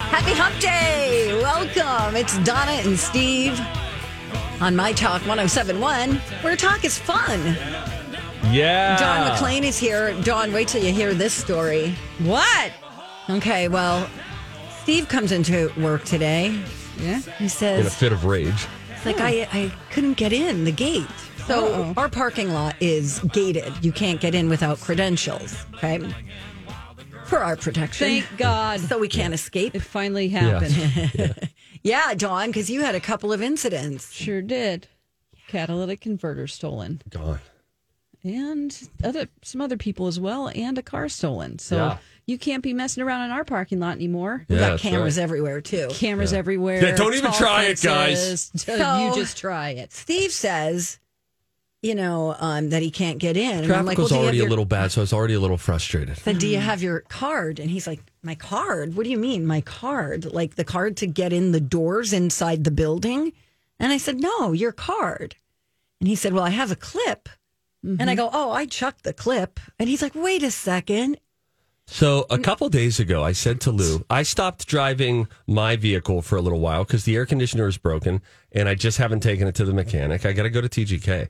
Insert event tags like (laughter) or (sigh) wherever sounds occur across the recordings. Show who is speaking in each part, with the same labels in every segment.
Speaker 1: Happy Hump Day! Welcome. It's Donna and Steve on My Talk 1071, where talk is fun.
Speaker 2: Yeah.
Speaker 3: Ah.
Speaker 1: Don McLean is here. Don, wait till you hear this story.
Speaker 3: What?
Speaker 1: Okay, well, Steve comes into work today.
Speaker 3: Yeah.
Speaker 1: He
Speaker 2: In a
Speaker 1: says,
Speaker 2: fit of rage.
Speaker 1: it's like, I, I couldn't get in the gate. So
Speaker 3: Uh-oh.
Speaker 1: our parking lot is gated. You can't get in without credentials, okay? For our protection.
Speaker 3: Thank God.
Speaker 1: So we can't escape.
Speaker 3: It finally happened.
Speaker 1: Yeah, Dawn, because you had a couple of incidents.
Speaker 3: Sure did. Catalytic converter stolen,
Speaker 2: Gone.
Speaker 3: and other some other people as well, and a car stolen. So
Speaker 2: Yeah.
Speaker 3: you can't be messing around in our parking lot anymore.
Speaker 1: We
Speaker 2: Yeah,
Speaker 1: got
Speaker 2: that's
Speaker 1: cameras
Speaker 2: right.
Speaker 1: everywhere, too.
Speaker 3: Cameras everywhere.
Speaker 2: Yeah, don't even
Speaker 3: tall
Speaker 2: try it, guys.
Speaker 3: fences.
Speaker 1: So-
Speaker 3: (laughs) you just try it.
Speaker 1: Steve says, you know, um, that he can't get in. And I'm
Speaker 2: Traffic
Speaker 1: like, well,
Speaker 2: was
Speaker 1: do you have
Speaker 2: already
Speaker 1: your, (laughs)
Speaker 2: a little bad, so I was already a little frustrated.
Speaker 1: Said, do you have your card? And he's like, my card? What do you mean, my card? Like the card to get in the doors inside the building? And I said, no, your card. And he said, well, I have a clip. And I go, oh, I chucked the clip. And he's like, wait a second.
Speaker 2: So
Speaker 1: Hmm.
Speaker 2: a couple days ago, I said to Lou, I stopped driving my vehicle for a little while because the air conditioner is broken, and I just haven't taken it to the mechanic. I got to go to TGK,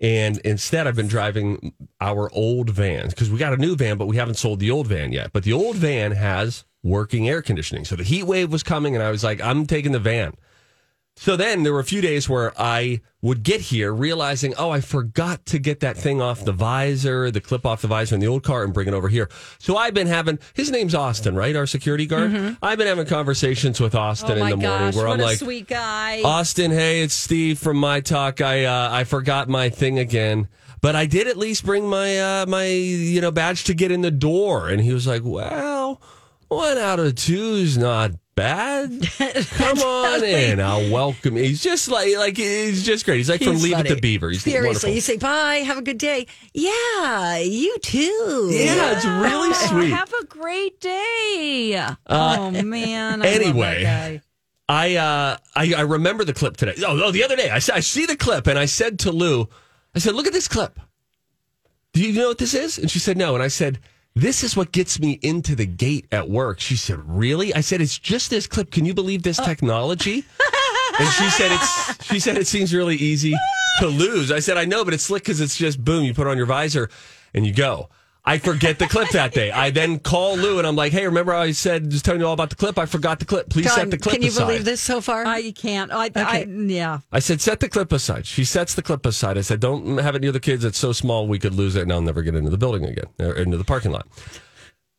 Speaker 2: and instead, I've been driving our old van because we got a new van, but we haven't sold the old van yet. But the old van has working air conditioning, so the heat wave was coming, and I was like, I'm taking the van. So then there were a few days where I would get here realizing, oh, I forgot to get that thing off the visor, the clip off the visor in the old car and bring it over here. So I've been having, his name's Austin, right? Our security guard. I've been having conversations with Austin
Speaker 3: Mm-hmm.
Speaker 2: in
Speaker 3: Oh my
Speaker 2: the morning
Speaker 3: gosh!
Speaker 2: where
Speaker 3: What
Speaker 2: I'm
Speaker 3: a
Speaker 2: like,
Speaker 3: sweet guy.
Speaker 2: Austin, hey, it's Steve from My Talk. I uh, I forgot my thing again, but I did at least bring my uh, my you know badge to get in the door. And he was like, "Well, one out of two's not
Speaker 1: (laughs)
Speaker 2: bad. Come on in, I'll welcome." you." He's just like like he's just great. He's like from
Speaker 1: He's
Speaker 2: Leave It
Speaker 1: funny.
Speaker 2: to Beaver. He's
Speaker 1: Seriously,
Speaker 2: wonderful.
Speaker 1: you say, bye, have a good day. Yeah, you too.
Speaker 2: yeah, it's really sweet.
Speaker 3: Have a great day. oh man.
Speaker 2: Uh, anyway. I uh I, I remember the clip today. Oh, oh the other day I, s- I see the clip and I said to Lou, I said, "Look at this clip. Do you know what this is?" And she said, "No." And I said, "This is what gets me into the gate at work." She said, "Really?" I said, "It's just this clip. Can you believe this technology?" and she said, "It's." She said, "It seems really easy to lose." I said, "I know, but it's slick because it's just boom. You put on your visor, and you go." I forget the clip that day. I then call Lou and I'm like, "Hey, remember I said just telling you all about the clip? I forgot the clip. Please set
Speaker 1: Don,
Speaker 2: the clip
Speaker 1: can you
Speaker 2: aside."
Speaker 1: believe this so far?
Speaker 3: I can't. I, I yeah.
Speaker 2: I said, set the clip aside. She sets the clip aside. I said, don't have it near the kids. It's so small we could lose it and I'll never get into the building again or into the parking lot.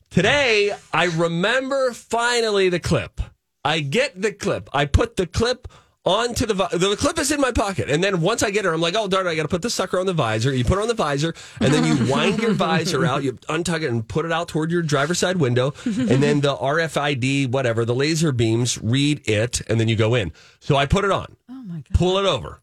Speaker 2: Today, I remember finally the clip. I get the clip. I put the clip onto the vi- the clip is in my pocket, and then once I get her, I'm like, oh darn, it, I got to put the sucker on the visor. You put it on the visor, and then you wind your visor out, you untug it, and put it out toward your driver's side window, and then the RFID whatever the laser beams read it, and then you go in. So I put it on. Oh my god! Pull it over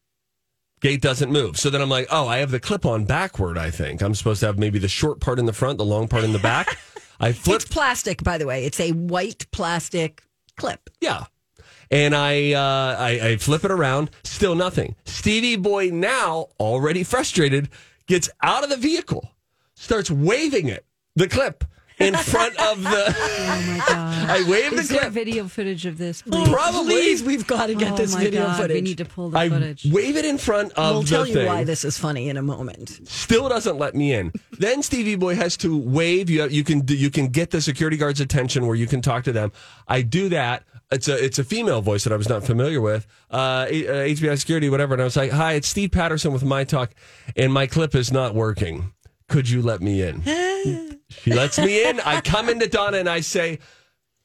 Speaker 2: gate doesn't move. So then I'm like, oh, I have the clip on backward, I think. I'm supposed to have maybe the short part in the front, the long part in the back. I flip.
Speaker 1: It's plastic, by the way. It's a white plastic clip.
Speaker 2: yeah. And I, uh, I I flip it around, still nothing. Stevie Boy now, already frustrated, gets out of the vehicle, starts waving it, the clip. in front of the.
Speaker 3: Oh (laughs) my
Speaker 2: (laughs)
Speaker 3: god!
Speaker 2: I Oh, waved
Speaker 3: Is
Speaker 2: the
Speaker 3: there
Speaker 2: clip.
Speaker 3: video footage of this? Please?
Speaker 2: Probably.
Speaker 1: Please, we've got to get
Speaker 3: oh
Speaker 1: this
Speaker 3: my
Speaker 1: video
Speaker 3: God,
Speaker 1: footage.
Speaker 3: We need to pull the
Speaker 2: I
Speaker 3: footage.
Speaker 2: wave it in front of
Speaker 1: we'll
Speaker 2: the
Speaker 1: tell you
Speaker 2: thing.
Speaker 1: why this is funny in a moment.
Speaker 2: Still doesn't let me in. Then Stevie Boy has to wave. You you can you can get the security guard's attention where you can talk to them. I do that. It's a it's a female voice that I was not familiar with. Uh, H- uh, HBO security whatever. And I was like, hi, it's Steve Patterson with my talk, and my clip is not working. Could you let me in? She lets me in. I come into Donna and I say,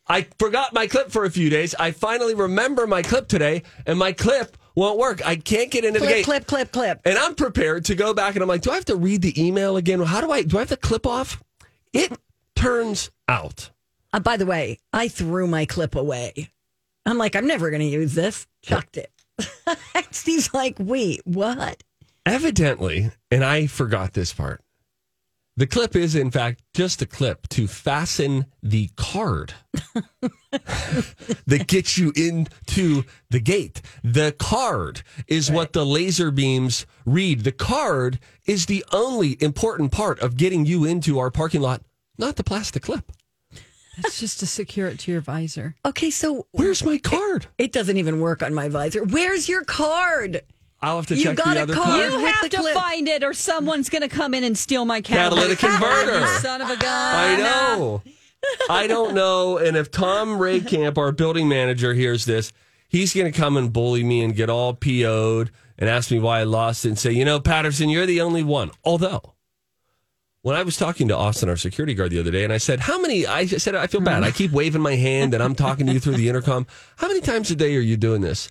Speaker 2: I forgot my clip for a few days. I finally remember my clip today, and my clip won't work. I can't get into the
Speaker 1: Clip,
Speaker 2: gate.
Speaker 1: clip, clip, clip.
Speaker 2: And I'm prepared to go back and I'm like, do I have to read the email again? How do I do I have to clip off? It turns out.
Speaker 1: Uh, by the way, I threw my clip away. I'm like, I'm never going to use this. Chucked it. (laughs) Steve's like, wait, what?
Speaker 2: Evidently, and I forgot this part. The clip is, in fact, just a clip to fasten the card that gets you into the gate. The card is what the laser beams read. The card is the only important part of getting you into our parking lot, not the plastic clip.
Speaker 3: That's just to secure it to your visor.
Speaker 1: Okay, so
Speaker 2: Where's my card?
Speaker 1: it doesn't even work on my visor. Where's your card?
Speaker 2: I'll have to
Speaker 1: You
Speaker 2: check
Speaker 1: got
Speaker 2: the
Speaker 1: a
Speaker 2: other
Speaker 1: card.
Speaker 2: clip.
Speaker 1: You
Speaker 3: You
Speaker 1: With
Speaker 3: have
Speaker 1: the
Speaker 3: to
Speaker 1: clip.
Speaker 3: find it, or someone's going to come in and steal my
Speaker 2: Catalytic
Speaker 3: catalytic, converter.
Speaker 2: converter.
Speaker 3: You son of a gun!
Speaker 2: I know. I don't know. And if Tom Raycamp, our building manager, hears this, he's going to come and bully me and get all PO'd and ask me why I lost it and say, you know, Patterson, you're the only one. Although, when I was talking to Austin, our security guard, the other day, and I said, how many, I said, I feel bad. I keep waving my hand and I'm talking to you through the intercom. How many times a day are you doing this?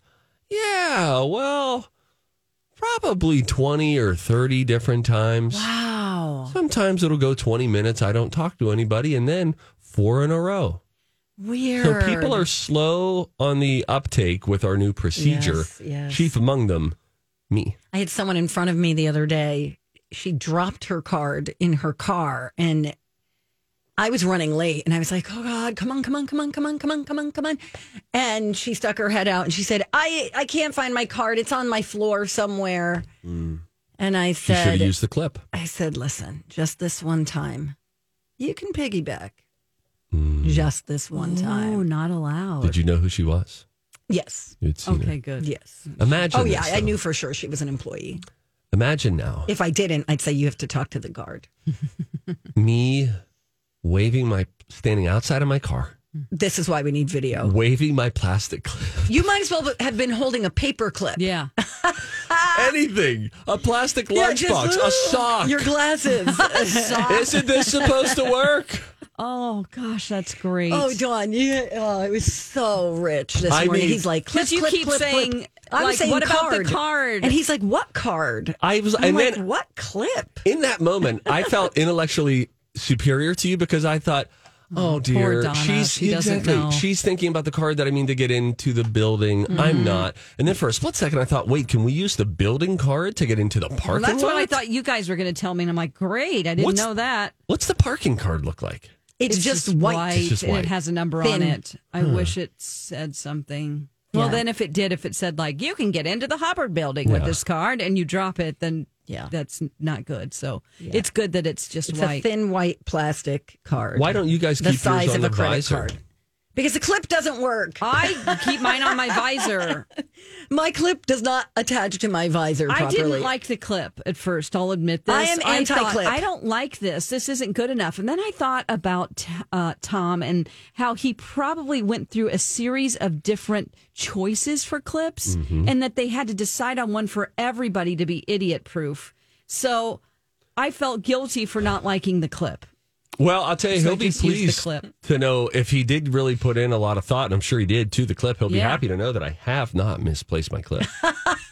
Speaker 2: Yeah, well, probably 20 or 30 different times.
Speaker 3: Wow.
Speaker 2: Sometimes it'll go 20 minutes. I don't talk to anybody, and then four in a row.
Speaker 1: Weird.
Speaker 2: So people are slow on the uptake with our new procedure.
Speaker 1: Yes, yes.
Speaker 2: Chief among them, me.
Speaker 1: I had someone in front of me the other day. She dropped her card in her car and I was running late and I was like, "Oh god, come on, come on, come on, come on, come on, come on, come on." And she stuck her head out and she said, "I I can't find my card. It's on my floor somewhere." And I
Speaker 2: Mm. She should have
Speaker 1: said
Speaker 2: used the clip.
Speaker 1: I said, "Listen, just this one time. You can piggyback.
Speaker 2: Mm.
Speaker 1: Just this one
Speaker 3: Oh,
Speaker 1: time."
Speaker 3: not allowed.
Speaker 2: Did you know who she was?
Speaker 1: Yes.
Speaker 2: You'd seen her.
Speaker 3: Okay, good.
Speaker 1: Yes.
Speaker 2: Imagine.
Speaker 1: Oh yeah,
Speaker 2: this,
Speaker 1: I
Speaker 2: though.
Speaker 1: knew for sure she was an employee.
Speaker 2: Imagine now
Speaker 1: If I didn't, I'd say you have to talk to the guard.
Speaker 2: me waving my standing outside of my car,
Speaker 1: This is why we need video.
Speaker 2: waving my plastic clip.
Speaker 1: You might as well have been holding a paper clip.
Speaker 3: Yeah.
Speaker 2: Anything, a plastic
Speaker 1: Ah. Yeah,
Speaker 2: lunchbox,
Speaker 1: just-
Speaker 2: a sock.
Speaker 1: Your glasses. (laughs)
Speaker 2: Isn't this supposed to work?
Speaker 3: Oh gosh, that's great.
Speaker 1: oh, Don, you, oh, it was so rich this
Speaker 2: I
Speaker 1: morning.
Speaker 2: mean-
Speaker 1: he's like, clip,
Speaker 3: Because you
Speaker 1: clip,
Speaker 3: keep
Speaker 1: clip, clip.
Speaker 3: saying,
Speaker 1: I was
Speaker 3: like,
Speaker 1: saying
Speaker 3: what about the card?
Speaker 1: And he's like, what card?
Speaker 2: I was,
Speaker 1: I'm
Speaker 2: and
Speaker 1: like,
Speaker 2: then
Speaker 1: what clip?
Speaker 2: in that moment, I
Speaker 3: (laughs)
Speaker 2: felt intellectually superior to you because I thought, oh dear,
Speaker 3: Donna.
Speaker 2: she's
Speaker 3: She doesn't
Speaker 2: exactly
Speaker 3: know."
Speaker 2: she's thinking about the card that I mean to get into the building.
Speaker 3: Mm-hmm.
Speaker 2: I'm not. And then for a split second, I thought, wait, can we use the building card to get into the parking
Speaker 3: Well, that's
Speaker 2: lot?
Speaker 3: what I thought you guys were going to tell me, and I'm like, great, I didn't
Speaker 2: What's-
Speaker 3: know that.
Speaker 2: What's the parking card look like?
Speaker 1: It's, just, white.
Speaker 2: It's just
Speaker 3: and
Speaker 2: white.
Speaker 3: it has a number
Speaker 1: Thin.
Speaker 3: on it. I wish it said something. Well, then if it did, if it said like you can get into the Hubbard Building with
Speaker 2: Yeah.
Speaker 3: this card and you drop it, then
Speaker 1: Yeah.
Speaker 3: that's not good. So it's good that it's just
Speaker 1: It's a
Speaker 3: white.
Speaker 1: thin white plastic card.
Speaker 2: Why don't you guys keep
Speaker 1: the
Speaker 2: yours
Speaker 1: size
Speaker 2: on
Speaker 1: of
Speaker 2: the
Speaker 1: a credit
Speaker 2: visor?
Speaker 1: card? Because the clip doesn't work.
Speaker 3: I keep mine on my visor.
Speaker 1: My clip does not attach to my visor properly.
Speaker 3: I didn't like the clip at first. I'll admit this.
Speaker 1: I am
Speaker 3: thought,
Speaker 1: anti-clip.
Speaker 3: I don't like this. This isn't good enough. And then I thought about uh, Tom and how he probably went through a series of different choices for clips,
Speaker 1: Mm-hmm.
Speaker 3: and that they had to decide on one for everybody to be idiot proof. So I felt guilty for not liking the clip.
Speaker 2: Well, I'll tell you,
Speaker 3: So
Speaker 2: he'll be
Speaker 3: just use the
Speaker 2: pleased
Speaker 3: clip.
Speaker 2: to know if he did really put in a lot of thought, and I'm sure he did to the clip. He'll be
Speaker 3: Yeah.
Speaker 2: happy to know that I have not misplaced my
Speaker 3: (laughs)
Speaker 2: clip.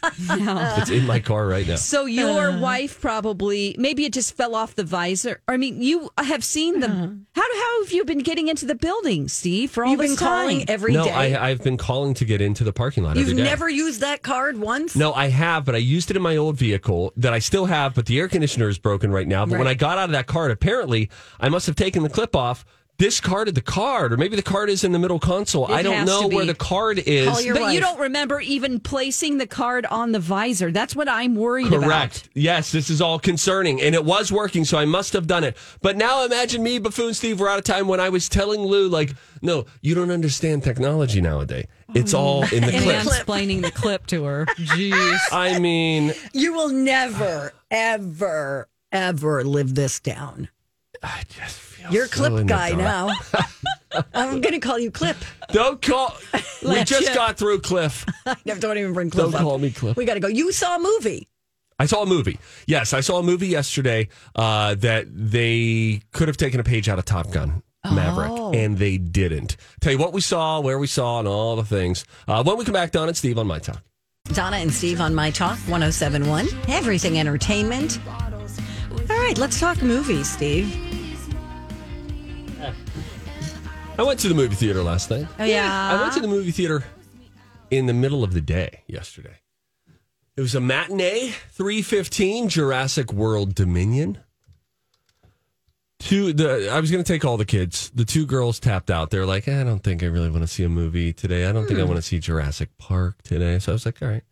Speaker 2: It's in my car right now.
Speaker 3: So your
Speaker 1: Uh-huh.
Speaker 3: wife probably maybe it just fell off the visor. I mean, you have seen them. How how have you been getting into the building, Steve? For all
Speaker 1: Uh-huh. You've
Speaker 3: this
Speaker 1: been calling
Speaker 3: time?
Speaker 1: every day.
Speaker 2: no, I, I've been calling to get into the parking lot
Speaker 1: You've
Speaker 2: every day.
Speaker 1: never used that card once?
Speaker 2: No, I have, but I used it in my old vehicle that I still have, but the air conditioner is broken right now. But when I got out of that card, apparently I must have taken the clip off, discarded the card, or maybe the card is in the middle console.
Speaker 3: It
Speaker 2: I don't
Speaker 3: has
Speaker 2: know
Speaker 3: to
Speaker 2: where
Speaker 3: be.
Speaker 2: the card is.
Speaker 1: Call your
Speaker 3: but you
Speaker 1: wife.
Speaker 3: don't remember even placing the card on the visor. That's what I'm worried about.
Speaker 2: Correct. Yes, this is all concerning, and it was working, so I must have done it. But now imagine me, buffoon Steve, we're out of time. When I was telling Lou, like, no, you don't understand technology nowadays. It's all in the
Speaker 3: And
Speaker 2: clip.
Speaker 3: I'm explaining the clip to her. Jeez.
Speaker 2: I mean,
Speaker 1: You will never, ever, ever live this down.
Speaker 2: I just feel
Speaker 1: You're
Speaker 2: so in
Speaker 1: clip
Speaker 2: the
Speaker 1: guy
Speaker 2: dark.
Speaker 1: now.
Speaker 2: (laughs)
Speaker 1: I'm going to call you clip. (laughs)
Speaker 2: Don't call. we just
Speaker 1: you.
Speaker 2: got through Cliff.
Speaker 1: Don't even bring clip
Speaker 2: Don't
Speaker 1: up.
Speaker 2: call me Cliff.
Speaker 1: We got to go. You saw a movie.
Speaker 2: I saw a movie. Yes, I saw a movie yesterday uh, that they could have taken a page out of Top Gun Maverick,
Speaker 1: Oh.
Speaker 2: and they didn't. Tell you what we saw, where we saw, and all the things. Uh, when we come back, Don and Steve on my talk.
Speaker 1: Donna and Steve on My Talk 1071, Everything Entertainment. All right, let's talk movies, Steve.
Speaker 2: I went to the movie theater last night.
Speaker 3: Oh, yeah.
Speaker 2: I went to the movie theater in the middle of the day yesterday. It was a matinee, 315 Jurassic World Dominion. Two the I was going to take all the kids. The two girls tapped out. They're like, "I don't think I really want to see a movie today. I don't
Speaker 3: Hmm.
Speaker 2: think I want to see Jurassic Park today." So I was like, "All right.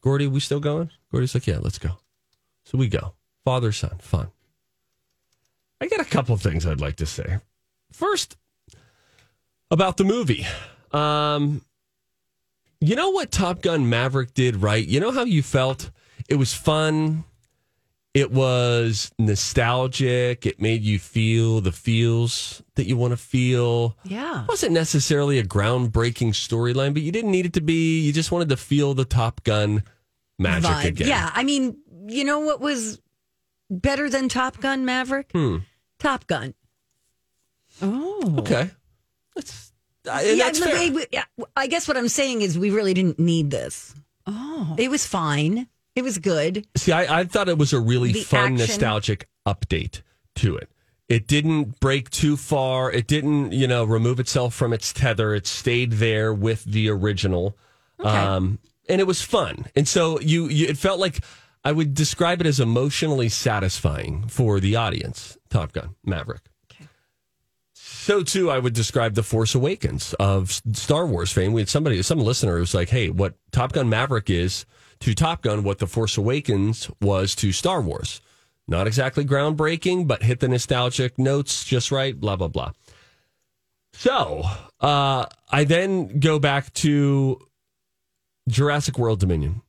Speaker 2: Gordy, we still going?" Gordy's like, "Yeah, let's go." So we go. Father son, fun. I got a couple of things I'd like to say. First, about the movie. Um, you know what Top Gun Maverick did right? You know how you felt? It was fun. It was nostalgic. It made you feel the feels that you want to feel.
Speaker 1: Yeah.
Speaker 2: It wasn't necessarily a groundbreaking storyline, but you didn't need it to be. You just wanted to feel the Top Gun magic
Speaker 1: Vibe.
Speaker 2: again.
Speaker 1: Yeah, I mean, you know what was better than Top Gun Maverick?
Speaker 2: Hmm.
Speaker 1: Top Gun.
Speaker 3: Oh.
Speaker 2: Okay. That's, I- and
Speaker 1: yeah,
Speaker 2: that's
Speaker 1: but
Speaker 2: fair.
Speaker 1: they- we- yeah, I guess what I'm saying is we really didn't need this. Oh. It was fine. It was good.
Speaker 2: See, I, I thought it was a really
Speaker 1: The
Speaker 2: fun,
Speaker 1: action.
Speaker 2: nostalgic update to it. It didn't break too far. It didn't, you know, remove itself from its tether. It stayed there with the original, um, and it was fun. And so you, you, it felt like I would describe it as emotionally satisfying for the audience. Top Gun Maverick. So too, I would describe the Force Awakens of S- Star Wars fame. We had somebody, some listener, was like, "Hey, what Top Gun Maverick is to Top Gun, what the Force Awakens was to Star Wars. Not exactly groundbreaking, but hit the nostalgic notes just right. Blah blah blah." So uh, I then go back to Jurassic World Dominion.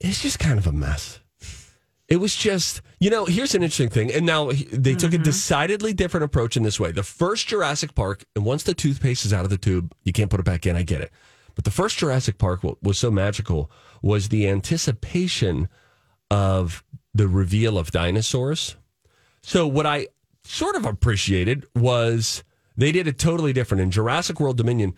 Speaker 2: It's just kind of a mess. It was just, you know, here's an interesting thing. And now he- they took a decidedly different approach in this way. The first Jurassic Park, and once the toothpaste is out of the tube, you can't put it back in. I get it. But the first Jurassic Park, what was so magical was the anticipation of the reveal of dinosaurs. So what I sort of appreciated was they did it totally different in Jurassic World Dominion.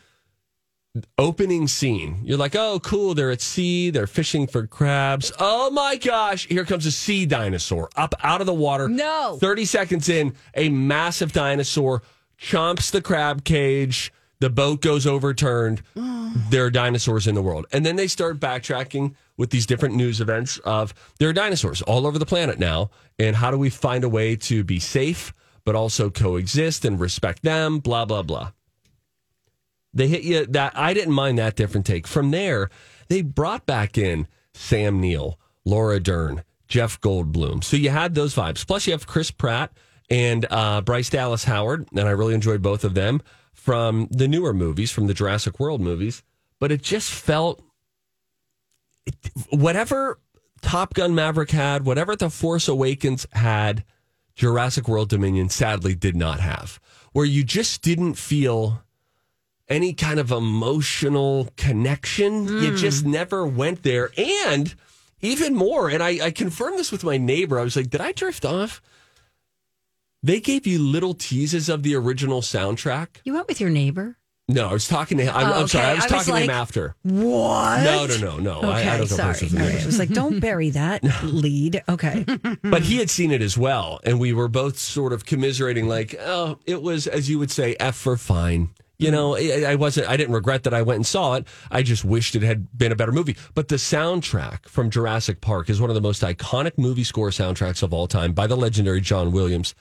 Speaker 2: Opening scene, you're like, oh, cool, they're at sea, they're fishing for crabs. Oh my gosh, here comes a sea dinosaur up out of the water.
Speaker 3: No.
Speaker 2: 30 seconds in, a massive dinosaur chomps the crab cage, the boat goes overturned, there are dinosaurs in the world. And then they start backtracking with these different news events of there are dinosaurs all over the planet now. And how do we find a way to be safe, but also coexist and respect them? Blah, blah, blah. They hit you that I didn't mind that different take. From there, they brought back in Sam Neill, Laura Dern, Jeff Goldblum. So you had those vibes. Plus, you have Chris Pratt and uh, Bryce Dallas Howard, and I really enjoyed both of them from the newer movies, from the Jurassic World movies. But it just felt whatever Top Gun Maverick had, whatever The Force Awakens had, Jurassic World Dominion sadly did not have. Where you just didn't feel any kind of emotional connection. You
Speaker 1: Hmm.
Speaker 2: just never went there. And even more, and I, I confirmed this with my neighbor, I was like, did I drift off? They gave you little teases of the original soundtrack.
Speaker 1: You went with your neighbor?
Speaker 2: No, I was talking to him. I'm,
Speaker 1: Oh,
Speaker 2: I'm sorry,
Speaker 1: okay.
Speaker 2: I was
Speaker 1: I was
Speaker 2: talking to
Speaker 1: like,
Speaker 2: him after.
Speaker 1: What?
Speaker 2: No, no, no, no. I-
Speaker 1: Okay,
Speaker 2: I, don't know
Speaker 1: sorry.
Speaker 2: personally.
Speaker 1: All right. It was like, don't bury
Speaker 2: (laughs)
Speaker 1: that lead. Okay.
Speaker 2: But he had seen it as well, and we were both sort of commiserating, like, "Oh, it was," as you would say, "f for fine." You know, I, I wasn't. I didn't regret that I went and saw it. I just wished it had been a better movie. But the soundtrack from Jurassic Park is one of the most iconic movie score soundtracks of all time by the legendary John Williams.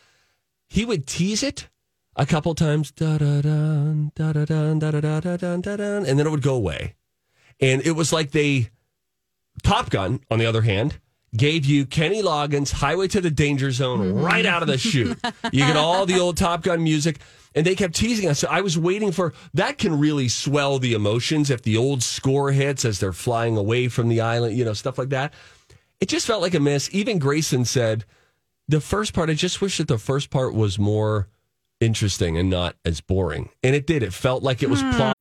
Speaker 2: He would tease it a couple times, da da da da da da da da da da da da, and then it would go away. And it was like they, Top Gun, on the other hand, gave you Kenny Loggins' Highway to the Danger Zone right out of the chute. you get all the old Top Gun music. And they kept teasing us. So I was waiting for that can really swell the emotions if the old score hits as they're flying away from the island, you know, stuff like that. It just felt like a miss. Even Grayson said, the first part, I just wish that the first part was more interesting and not as boring. And it did. It felt like it was plot.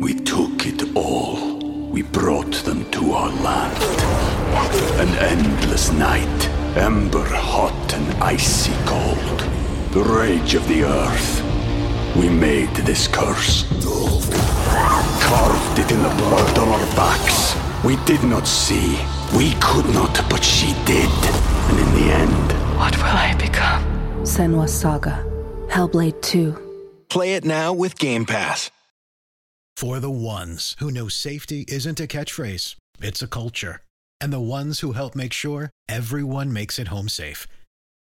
Speaker 4: We took it all. We brought them to our land. An endless night, ember hot and icy cold. The rage of the earth. We made this curse. Carved it in the blood on our backs. We did not see. We could not, but she did. And in the end,
Speaker 5: What will I become?
Speaker 6: Senwa Saga. Hellblade 2.
Speaker 7: Play it now with Game Pass.
Speaker 8: For the ones who know safety isn't a catchphrase, it's a culture. And the ones who help make sure everyone makes it home safe.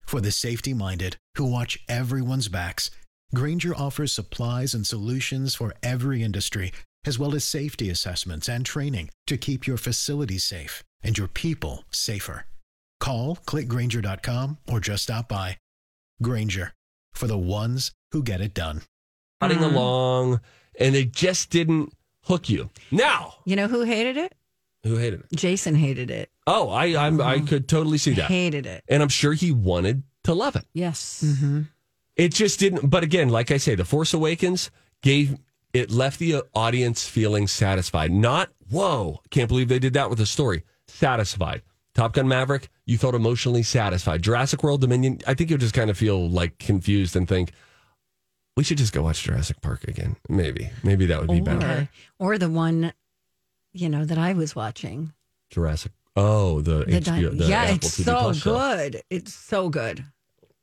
Speaker 8: For the safety minded who watch everyone's backs, Granger offers supplies and solutions for every industry, as well as safety assessments and training to keep your facilities safe and your people safer. Call clickgranger.com or just stop by. Granger for the ones who get it done.
Speaker 2: plodding along, and it just didn't hook you. Now,
Speaker 1: You know who hated
Speaker 2: (laughs)
Speaker 1: it?
Speaker 2: who hated it?
Speaker 1: Jason hated it. Mm-hmm.
Speaker 2: Oh, I I'm, I could totally see that,
Speaker 1: Hated it.
Speaker 2: and I'm sure he wanted to love it.
Speaker 3: Yes.
Speaker 1: Mm-hmm.
Speaker 2: It just didn't. But again, like I say, The Force Awakens gave it left the audience feeling satisfied. Not whoa, can't believe they did that with the story. Satisfied. Top Gun Maverick, you felt emotionally satisfied. Jurassic World Dominion, I think you'll just kind of feel like confused and think we should just go watch Jurassic Park again. Maybe, maybe that would be better.
Speaker 1: Or, or the one, you know, that I was watching.
Speaker 2: Jurassic. Oh, the,
Speaker 1: The
Speaker 2: HBO.
Speaker 1: di-
Speaker 2: the
Speaker 1: yeah,
Speaker 2: Apple
Speaker 1: it's
Speaker 2: TV
Speaker 1: so
Speaker 2: Plus show.
Speaker 1: good. It's so good.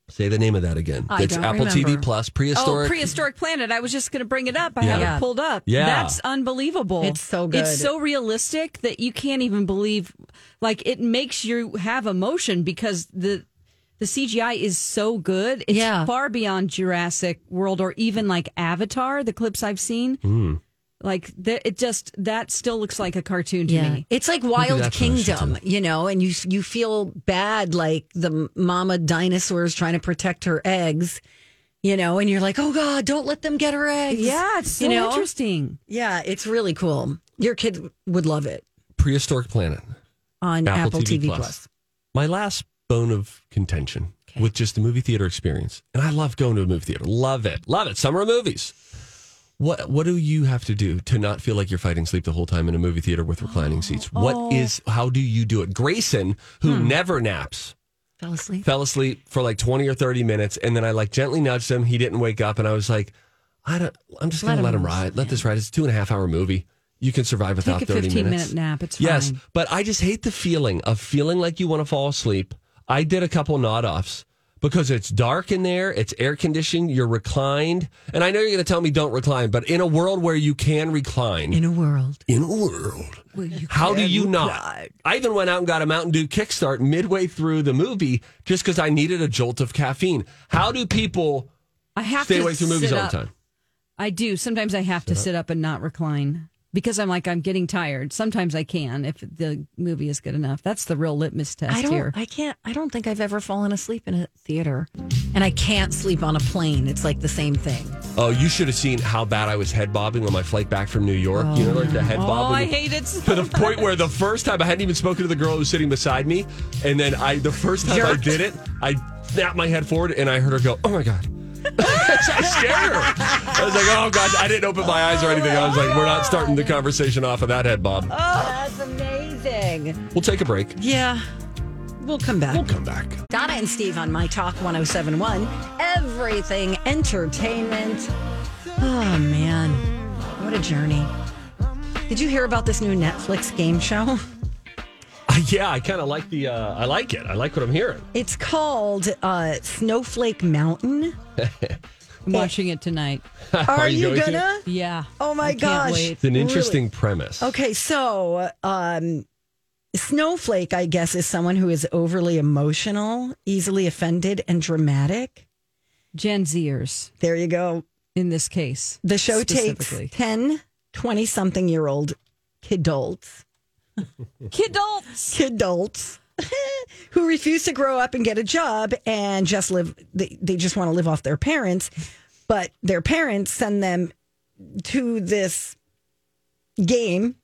Speaker 2: Say the name of that again.
Speaker 1: I
Speaker 2: it's
Speaker 1: don't
Speaker 2: Apple TV
Speaker 1: remember.
Speaker 2: Plus
Speaker 3: Oh,
Speaker 2: prehistoric.
Speaker 3: prehistoric planet. I was just going to bring it up. I
Speaker 2: Yeah.
Speaker 3: have it pulled up.
Speaker 2: Yeah.
Speaker 3: That's unbelievable.
Speaker 1: It's so good.
Speaker 3: It's so realistic that you can't even believe like it makes you have emotion because the the CGI is so good. It's
Speaker 1: Yeah.
Speaker 3: far beyond Jurassic World or even like Avatar, the clips I've seen.
Speaker 2: Hmm.
Speaker 3: Like th- it just that still looks like a cartoon to me.
Speaker 1: It's like Wild
Speaker 2: that's what I should
Speaker 1: Kingdom, you know, and you you feel bad like the mama dinosaur is trying to protect her eggs, you know, and you're like, "Oh god, don't let them get her eggs."
Speaker 3: Yeah, it's so
Speaker 1: You know?
Speaker 3: interesting.
Speaker 1: Yeah, it's really cool. Your kid would love it
Speaker 2: prehistoric planet.
Speaker 1: on Apple, TV, Plus.
Speaker 2: My last bone of contention with just the movie theater experience, and I love going to a movie theater. Love it, love it. Summer movies. What what do you have to do to not feel like you're fighting sleep the whole time in a movie theater with reclining seats?
Speaker 1: Oh.
Speaker 2: What is how do you do it? Grayson, who
Speaker 1: Hmm.
Speaker 2: never naps,
Speaker 1: Fell asleep.
Speaker 2: fell asleep for like 20 or 30 minutes and then i like gently nudged him he didn't wake up and i was like i don't i'm just gonna let, him ride let this ride it's a two and a half hour movie you can survive without
Speaker 3: Take a
Speaker 2: 30
Speaker 3: 15
Speaker 2: minutes
Speaker 3: minute nap. It's
Speaker 2: yes
Speaker 3: fine.
Speaker 2: but i just hate the feeling of feeling like you want to fall asleep i did a couple nod offs because it's dark in there it's air conditioned you're reclined and i know you're gonna tell me don't recline but in a world where you can recline
Speaker 1: In a world.
Speaker 2: in a world. How do you not? I even went out and got a Mountain Dew kickstart midway through the movie just because I needed a jolt of caffeine. How do people
Speaker 3: I have
Speaker 2: stay
Speaker 3: to
Speaker 2: awake through movies
Speaker 3: sit
Speaker 2: all
Speaker 3: up.
Speaker 2: the time?
Speaker 3: I do. Sometimes I have to sit up and not recline because I'm like I'm getting tired. Sometimes I can if the movie is good enough. That's the real litmus test
Speaker 1: I don't
Speaker 3: here.
Speaker 1: I can't I don't think I've ever fallen asleep in a theater. And I can't sleep on a plane. It's like the same thing.
Speaker 2: Oh, you should have seen how bad I was head bobbing on my flight back from New York. you know, like the head
Speaker 3: oh,
Speaker 2: bobbing.
Speaker 3: I hate it.
Speaker 2: to the point where the first time I hadn't even spoken to the girl who was sitting beside me, and then I the first time I did it, I snapped my head forward and I heard her go, "Oh my god." (laughs) I scared her. I was like, "Oh god!" I didn't open my eyes or anything. I was like, "We're not starting the conversation off of that head bob."
Speaker 1: That's amazing.
Speaker 2: We'll take a break.
Speaker 1: Yeah. We'll come back.
Speaker 2: We'll come back.
Speaker 1: Donna and Steve on My Talk 1071. Everything entertainment. Oh, man. What a journey. Did you hear about this new Netflix game show?
Speaker 2: Uh, (laughs) yeah, I kind of like the. Uh, I like it. I like what I'm hearing.
Speaker 1: It's called uh, Snowflake Mountain.
Speaker 3: (laughs) I'm watching it tonight.
Speaker 1: Are,
Speaker 2: you
Speaker 1: you,
Speaker 2: going to?
Speaker 1: gonna?
Speaker 3: Yeah.
Speaker 1: Oh, my
Speaker 3: I can't
Speaker 1: gosh.
Speaker 3: wait.
Speaker 2: It's an interesting premise.
Speaker 1: Okay, so um, Snowflake, I guess, is someone who is overly emotional, easily offended, and dramatic.
Speaker 3: Gen Zers
Speaker 1: There you go.
Speaker 3: in this case.
Speaker 1: The show takes
Speaker 3: specifically.
Speaker 1: 10, 20 something year old kidults,
Speaker 3: kidults.
Speaker 1: (laughs) kidults (laughs) who refuse to grow up and get a job and just live, they, they just want to live off their parents, but their parents send them to this game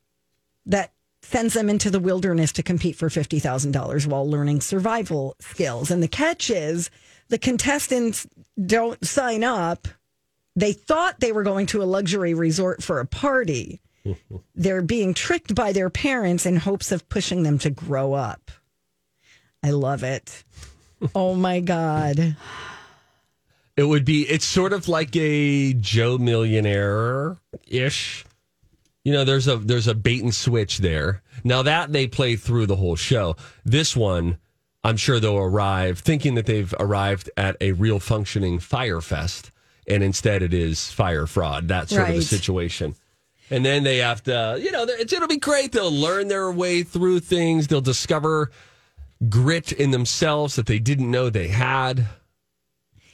Speaker 1: that sends them into the wilderness to compete for $50,000 while learning survival skills. And the catch is the contestants don't sign up. They thought they were going to a luxury resort for a party. They're being tricked by their parents in hopes of pushing them to grow up. I love it. Oh my God.
Speaker 2: It would be. It's sort of like a Joe Millionaire ish. You know, there's a there's a bait and switch there. Now that they play through the whole show, this one, I'm sure they'll arrive thinking that they've arrived at a real functioning fire fest, and instead it is fire fraud. That sort of a
Speaker 1: Right.
Speaker 2: situation. And then they have to, you know, it's, it'll be great. They'll learn their way through things. They'll discover grit in themselves that they didn't know they had.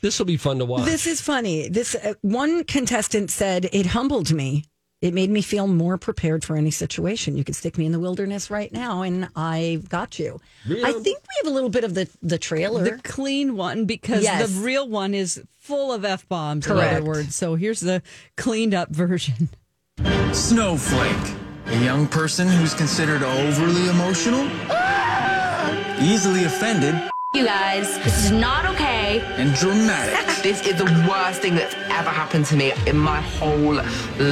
Speaker 2: This will be fun to watch.
Speaker 1: This is funny. This uh, one contestant said it humbled me. It made me feel more prepared for any situation. You could stick me in the wilderness right now, and I've got you. I think we have a little bit of the the trailer.
Speaker 3: The clean one because
Speaker 1: Yes.
Speaker 3: the real one is full of f bombs. In other
Speaker 1: Correct.
Speaker 3: words, so here's the cleaned up version.
Speaker 5: Snowflake, a young person who's considered overly emotional, easily offended,
Speaker 9: You guys, this is not okay.
Speaker 5: and dramatic.
Speaker 10: This is the worst thing that's ever happened to me in my whole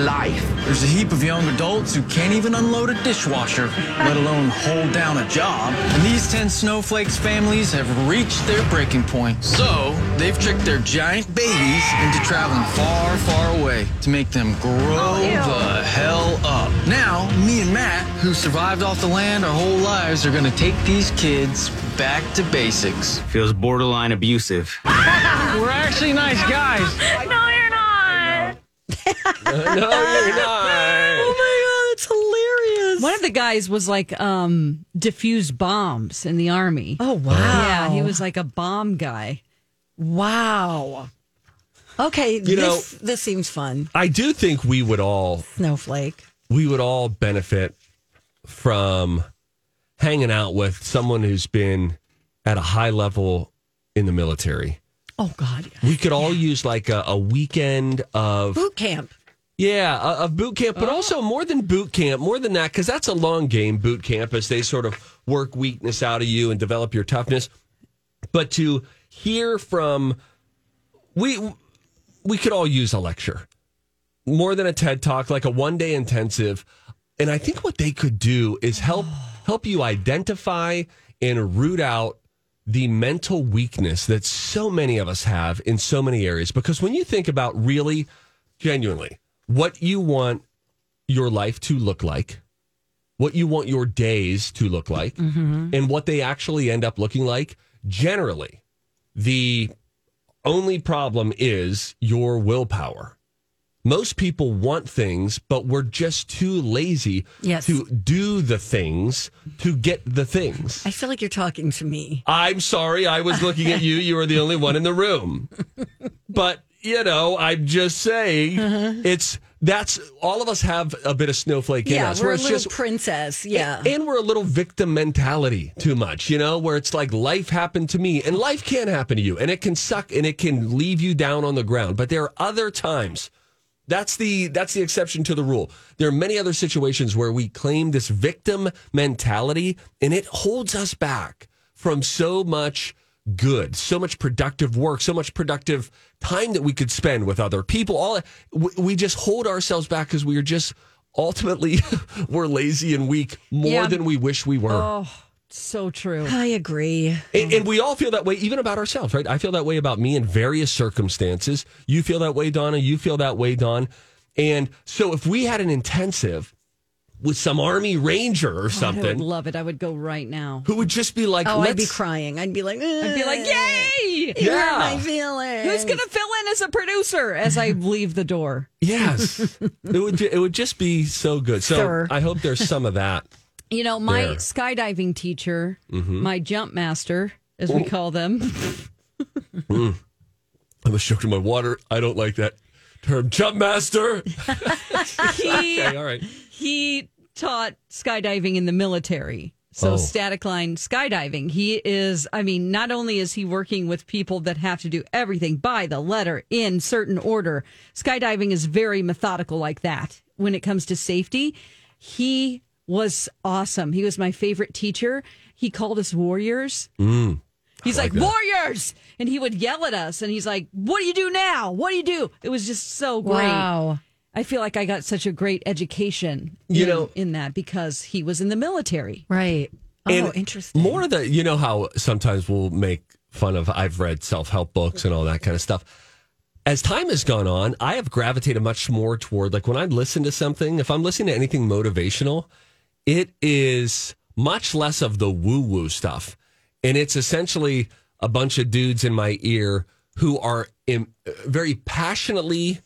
Speaker 10: life.
Speaker 5: There's a heap of young adults who can't even unload a dishwasher, let alone hold down a job. And these 10 snowflakes families have reached their breaking point. So they've tricked their giant babies into traveling far, far away to make them grow the hell up. Now, me and Matt, who survived off the land our whole lives, are gonna take these kids back to basics.
Speaker 10: Feels borderline abusive.
Speaker 5: We're actually nice guys.
Speaker 9: No, you're not.
Speaker 2: (laughs) no, you're not.
Speaker 1: oh my god, it's hilarious!
Speaker 3: One of the guys was like um diffuse bombs in the army.
Speaker 1: Oh wow!
Speaker 3: Yeah, he was like a bomb guy.
Speaker 1: wow. Okay, this this seems fun.
Speaker 2: I do think we would all
Speaker 1: Snowflake.
Speaker 2: we would all benefit from hanging out with someone who's been at a high level in the military.
Speaker 1: Oh god,
Speaker 2: We could all use like a, a weekend of
Speaker 1: boot camp.
Speaker 2: Yeah, uh, of boot camp, but also more than boot camp, more than that, because that's a long game, boot camp, as they sort of work weakness out of you and develop your toughness. But to hear from, we we could all use a lecture more than a TED talk, like a one day intensive. And I think what they could do is help help you identify and root out the mental weakness that so many of us have in so many areas. Because when you think about really, genuinely, what you want your life to look like, what you want your days to look like, and what they actually end up looking like, generally, the only problem is your willpower. Most people want things, but we're just too lazy
Speaker 1: Yes.
Speaker 2: to do the things to get the things.
Speaker 1: I feel like you're talking to me.
Speaker 2: I'm sorry, I was looking at you. You were the only one in the room. But, you know, I'm just saying
Speaker 1: Uh-huh.
Speaker 2: it's that's all of us have a bit of snowflake in
Speaker 1: Yeah,
Speaker 2: us
Speaker 1: we're a
Speaker 2: it's
Speaker 1: little uh. princess. Yeah,
Speaker 2: and we're a little victim mentality too much, you know, where it's like life happened to me and life can happen to you and it can suck and it can leave you down on the ground. But there are other times. That's the that's the exception to the rule. There are many other situations where we claim this victim mentality and it holds us back from so much good, so much productive work, so much productive time that we could spend with other people. All we, we just hold ourselves back because we are just ultimately (laughs) we're lazy and weak more
Speaker 3: Yeah.
Speaker 2: than we wish we were.
Speaker 3: So true.
Speaker 1: I agree.
Speaker 2: And, and we all feel that way, even about ourselves, right? I feel that way about me in various circumstances. You feel that way, Donna. You feel that way, Don. And so, if we had an intensive with some Army Ranger or
Speaker 3: I would
Speaker 2: something,
Speaker 3: love it. I would go right now.
Speaker 2: who would just be like,
Speaker 1: Oh,
Speaker 2: let's,
Speaker 1: I'd be crying. I'd be like,
Speaker 3: I'd be like, yay!
Speaker 1: Here
Speaker 2: Yeah.
Speaker 1: are my feelings.
Speaker 3: Who's gonna fill in as a producer as (laughs) I leave the door?
Speaker 2: (laughs) yes, it would. ju- It would just be so good. So,
Speaker 1: Sure.
Speaker 2: I hope there's some of that.
Speaker 3: You know, my
Speaker 2: There.
Speaker 3: skydiving
Speaker 1: Mm-hmm.
Speaker 3: teacher, my jump master, as we call them,
Speaker 2: I'm a shark in my water. I don't like that term. Jump master. (laughs)
Speaker 3: he
Speaker 2: okay, all right.
Speaker 3: he taught skydiving in the military. So
Speaker 2: Oh.
Speaker 3: static line skydiving. He is I mean, not only is he working with people that have to do everything by the letter in certain order, skydiving is very methodical like that when it comes to safety. He was awesome. He was my favorite teacher. He called us warriors.
Speaker 2: Mm.
Speaker 3: He's
Speaker 2: like
Speaker 3: like,
Speaker 2: that.
Speaker 3: warriors, and he would yell at us, and he's like, "What do you do now? What do you do?" It was just so great.
Speaker 1: Wow.
Speaker 3: I feel like I got such a great education,
Speaker 2: You
Speaker 3: in,
Speaker 2: know-
Speaker 3: in that because he was in the military.
Speaker 1: Right.
Speaker 2: And
Speaker 1: Oh, interesting.
Speaker 2: More of the, you know how sometimes we'll make fun of, I've read self help books and all that kind of stuff. As time has gone on, I have gravitated much more toward, like when I listen to something, if I'm listening to anything motivational, it is much less of the woo woo stuff. And it's essentially a bunch of dudes in my ear who are im- very passionately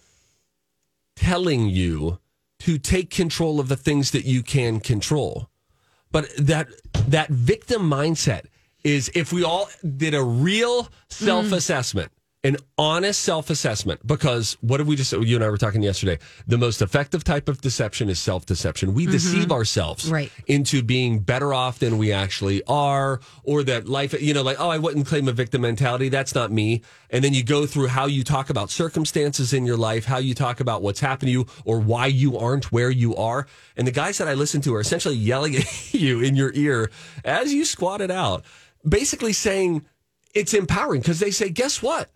Speaker 2: telling you to take control of the things that you can control. But that that victim mindset is if we all did a real self-assessment, an honest self-assessment, because what did we just you and I were talking yesterday? The most effective type of deception is self-deception. We deceive ourselves
Speaker 1: Right.
Speaker 2: into being better off than we actually are, or that life, you know, like, oh, I wouldn't claim a victim mentality. That's not me. And then you go through how you talk about circumstances in your life, how you talk about what's happened to you, or why you aren't where you are. And the guys that I listen to are essentially (laughs) yelling at you in your ear as you squat it out, basically saying it's empowering because they say, guess what?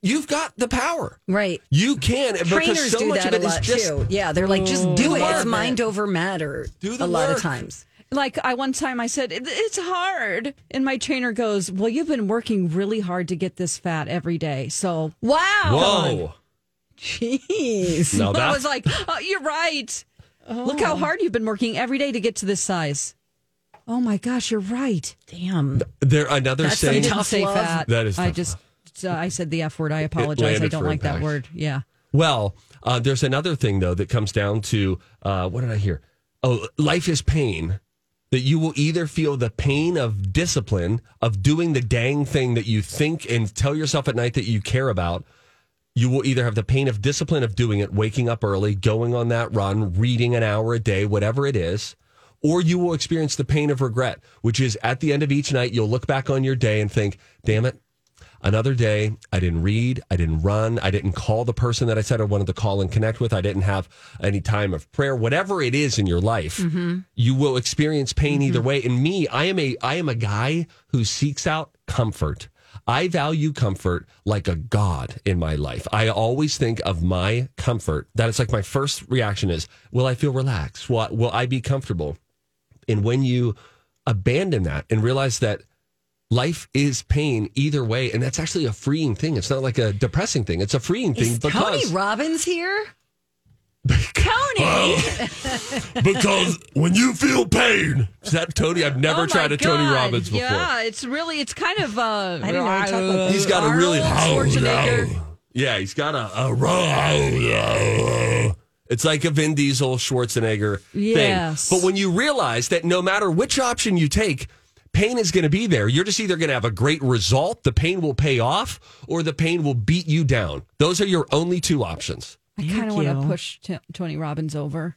Speaker 2: You've got the power.
Speaker 1: Right.
Speaker 2: You can.
Speaker 1: Trainers
Speaker 2: because so
Speaker 1: do
Speaker 2: much
Speaker 1: that
Speaker 2: of it
Speaker 1: a
Speaker 2: is
Speaker 1: lot
Speaker 2: just Oh,
Speaker 1: too. Yeah, they're like, just do it. It's
Speaker 2: work.
Speaker 1: mind over matter.
Speaker 2: Do the
Speaker 1: a lot
Speaker 2: work.
Speaker 1: of times.
Speaker 3: Like I one time I said "It- it's hard, and my trainer goes, "Well, you've been working really hard to get this fat every day, so
Speaker 1: Wow.
Speaker 2: whoa.
Speaker 1: Jeez.
Speaker 2: Now
Speaker 3: (laughs) I
Speaker 2: that-
Speaker 3: was like, oh, you're right. Look how hard you've been working every day to get to this size. Oh my gosh, you're right.
Speaker 1: Damn.
Speaker 2: There another
Speaker 1: That's
Speaker 2: saying
Speaker 3: I didn't
Speaker 1: Tough
Speaker 3: say
Speaker 1: love.
Speaker 3: fat.
Speaker 2: That is
Speaker 3: I
Speaker 2: tough
Speaker 3: just uh, I said the F word. I apologize. I
Speaker 2: landed
Speaker 3: don't
Speaker 2: for
Speaker 3: like that
Speaker 2: impact.
Speaker 3: word. Yeah.
Speaker 2: Well, uh, there's another thing though that comes down to uh, what did I hear? Oh, life is pain. That you will either feel the pain of discipline of doing the dang thing that you think and tell yourself at night that you care about. You will either have the pain of discipline of doing it, waking up early, going on that run, reading an hour a day, whatever it is, or you will experience the pain of regret, which is at the end of each night, you'll look back on your day and think, damn it, another day. I didn't read. I didn't run. I didn't call the person that I said I wanted to call and connect with. I didn't have any time of prayer. Whatever it is in your life, you will experience pain either
Speaker 1: Mm-hmm.
Speaker 2: way. And me, I am a I am a guy who seeks out comfort. I value comfort like a god in my life. I always think of my comfort. That it's like my first reaction is, will I feel relaxed? Will I, will I be comfortable? And when you abandon that and realize that life is pain either way, and that's actually a freeing thing. It's not like a depressing thing. It's a freeing thing
Speaker 1: Is
Speaker 2: because
Speaker 1: Tony Robbins here?
Speaker 3: Tony.
Speaker 2: Uh, because when you feel pain, is that Tony? I've never
Speaker 3: Oh,
Speaker 2: tried
Speaker 3: my
Speaker 2: a Tony
Speaker 3: God.
Speaker 2: Robbins before.
Speaker 3: Yeah, it's really it's kind of uh
Speaker 1: I didn't know we talked about that.
Speaker 2: He's got a really
Speaker 3: Arnold Schwarzenegger.
Speaker 2: Yeah, he's got a, a row. It's like a Vin Diesel Schwarzenegger
Speaker 3: Yes.
Speaker 2: thing. But when you realize that no matter which option you take, pain is going to be there. You're just either going to have a great result, the pain will pay off, or the pain will beat you down. Those are your only two options.
Speaker 3: I kind
Speaker 1: Thank
Speaker 3: of want
Speaker 1: you.
Speaker 3: to push T- Tony Robbins over.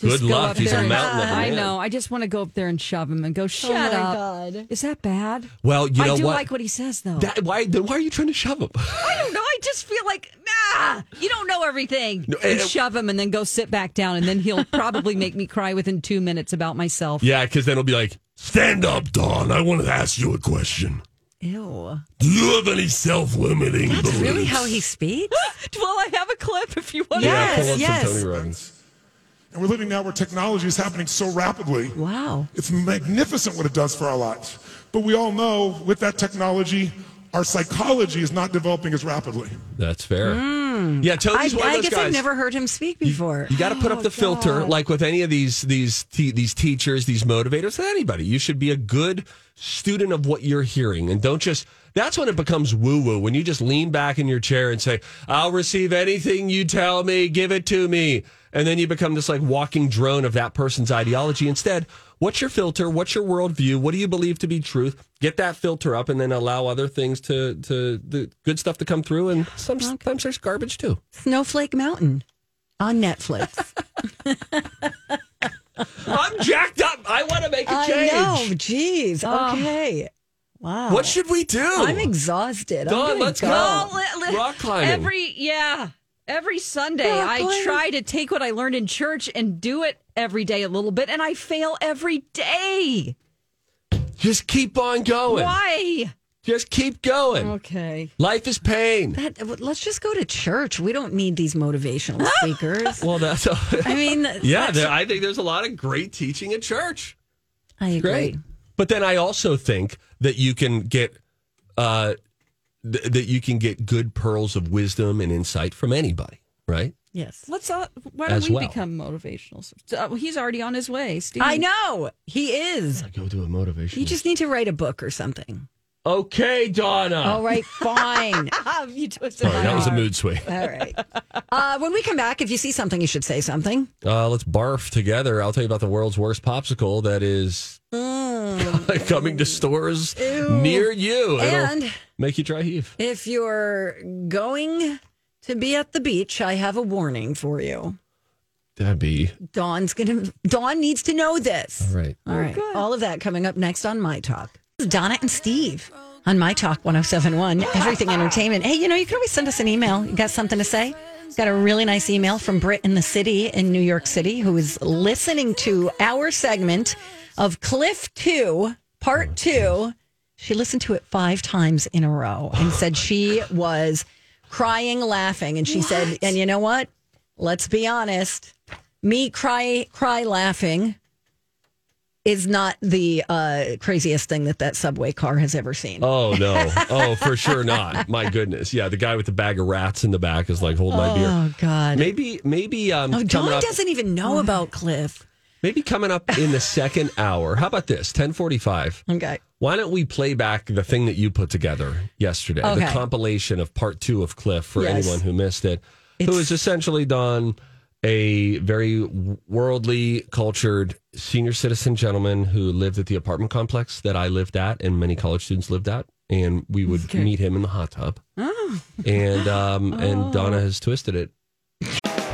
Speaker 2: Good
Speaker 3: go
Speaker 2: luck.
Speaker 3: up
Speaker 2: He's a
Speaker 3: there and-
Speaker 2: mountain of a
Speaker 3: I
Speaker 2: man.
Speaker 3: know. I just want to go up there and shove him and go, shut up. Is that bad?
Speaker 2: Well, you know
Speaker 3: I do
Speaker 2: what?
Speaker 3: like what he says, though.
Speaker 2: Oh. That, why? Then why are you trying to shove him? (laughs)
Speaker 3: I don't know. I just feel like, nah, you don't know everything.
Speaker 2: No,
Speaker 3: and
Speaker 2: and-
Speaker 3: shove him and then go sit back down, and then he'll probably make me cry within two minutes about myself.
Speaker 2: yeah, because then he'll be like, "Stand up, Don. I want to ask you a question.
Speaker 1: Ew.
Speaker 2: Do you have any self-limiting
Speaker 1: That's really how he speaks?
Speaker 3: (gasps) Well, I have a clip if you want
Speaker 1: Yeah.
Speaker 3: to.
Speaker 1: Yes, yes.
Speaker 2: Tony Robbins.
Speaker 11: And we're living now where technology is happening so rapidly.
Speaker 1: Wow.
Speaker 11: It's magnificent what it does for our lives. But we all know with that technology, our psychology is not developing as rapidly.
Speaker 2: That's fair. Yeah,
Speaker 1: Mm. I,
Speaker 2: Tony's one
Speaker 1: I
Speaker 2: of those
Speaker 1: guess
Speaker 2: guys.
Speaker 1: I've never heard him speak before.
Speaker 2: you got to put up the filter, like with any of these these te- these teachers, these motivators, anybody. You should be a good student of what you're hearing, and don't just. That's when it becomes woo woo. When you just lean back in your chair and say, "I'll receive anything you tell me. Give it to me," and then you become this like walking drone of that person's ideology. Instead, What's your filter? What's your worldview? What do you believe to be truth? Get that filter up, and then allow other things to to the good stuff to come through. And some, sometimes there's garbage too.
Speaker 1: Snowflake Mountain on Netflix.
Speaker 2: (laughs) I'm jacked up. I want to make a change.
Speaker 1: I know. Geez.
Speaker 3: Oh.
Speaker 1: Okay. wow.
Speaker 2: What should we do?
Speaker 1: I'm exhausted. I'm
Speaker 2: Dawn,
Speaker 1: gonna
Speaker 2: let's
Speaker 3: Well,
Speaker 2: go.
Speaker 3: li- li-
Speaker 2: Rock climbing.
Speaker 3: Every yeah, every Sunday
Speaker 1: Rock
Speaker 3: I
Speaker 1: climbing.
Speaker 3: try to take what I learned in church and do it every day a little bit, and I fail every day.
Speaker 2: Just keep on going.
Speaker 3: Why?
Speaker 2: Just keep going.
Speaker 1: Okay.
Speaker 2: Life is pain.
Speaker 1: That, let's just go to church. We don't need these
Speaker 3: (laughs)
Speaker 1: motivational speakers.
Speaker 2: Well, that's a,
Speaker 1: I mean,
Speaker 2: (laughs) yeah. There, I think there's a lot of great teaching at church.
Speaker 1: I agree.
Speaker 2: Great, but then I also think that you can get uh, th- that you can get good pearls of wisdom and insight from anybody, right?
Speaker 1: Yes.
Speaker 3: Let's all. Why don't
Speaker 2: As
Speaker 3: we
Speaker 2: well.
Speaker 3: become motivational? Uh, he's already on his way. Steve.
Speaker 1: I know. He is.
Speaker 2: Go do a motivation.
Speaker 1: You just need to write a book or something.
Speaker 2: okay, Donna.
Speaker 1: All right, fine.
Speaker 3: Ah, (laughs) you twisted
Speaker 2: Uh. Sorry,
Speaker 3: my
Speaker 2: that was a
Speaker 3: arm.
Speaker 2: mood swing.
Speaker 1: All right. Uh, when we come back, if you see something, you should say something.
Speaker 2: Uh, let's barf together. I'll tell you about the world's worst popsicle that is (laughs) coming to stores near you.
Speaker 1: Mm. And-
Speaker 2: make you dry heave.
Speaker 1: If you're going to be at the beach, I have a warning for you.
Speaker 2: Debbie.
Speaker 1: Dawn's gonna. Dawn needs to know this.
Speaker 2: All right.
Speaker 1: All right. All of that coming up next on My Talk. This is Donna and Steve on My Talk 1071, Everything Entertainment. Hey, you know, you can always send us an email. You got something to say? Got a really nice email from Britt in the city in New York City who is listening to our segment of Cliff 2, Part 2. She listened to it five times in a row and said she was crying, laughing. And she said, and you know what? Let's be honest. Me cry, cry, laughing is not the uh, craziest thing that that subway car has ever seen.
Speaker 2: Oh no! Oh, for sure not. My goodness, yeah. The guy with the bag of rats in the back is like, hold my beer.
Speaker 1: Oh, God.
Speaker 2: Maybe, maybe um,
Speaker 1: oh, John
Speaker 2: coming up,
Speaker 1: doesn't even know about Cliff.
Speaker 2: maybe coming up in the second hour. How about this? Ten forty-five.
Speaker 1: Okay.
Speaker 2: Why don't we play back the thing that you put together yesterday? The
Speaker 1: Okay.
Speaker 2: compilation of part two of Cliff for
Speaker 1: Yes.
Speaker 2: anyone who missed it, who
Speaker 1: It's-
Speaker 2: has essentially done a very worldly, cultured senior citizen gentleman who lived at the apartment complex that I lived at and many college students lived at. And we would meet him in the hot tub.
Speaker 3: Oh.
Speaker 2: And
Speaker 3: (laughs)
Speaker 2: um, and Donna has twisted it.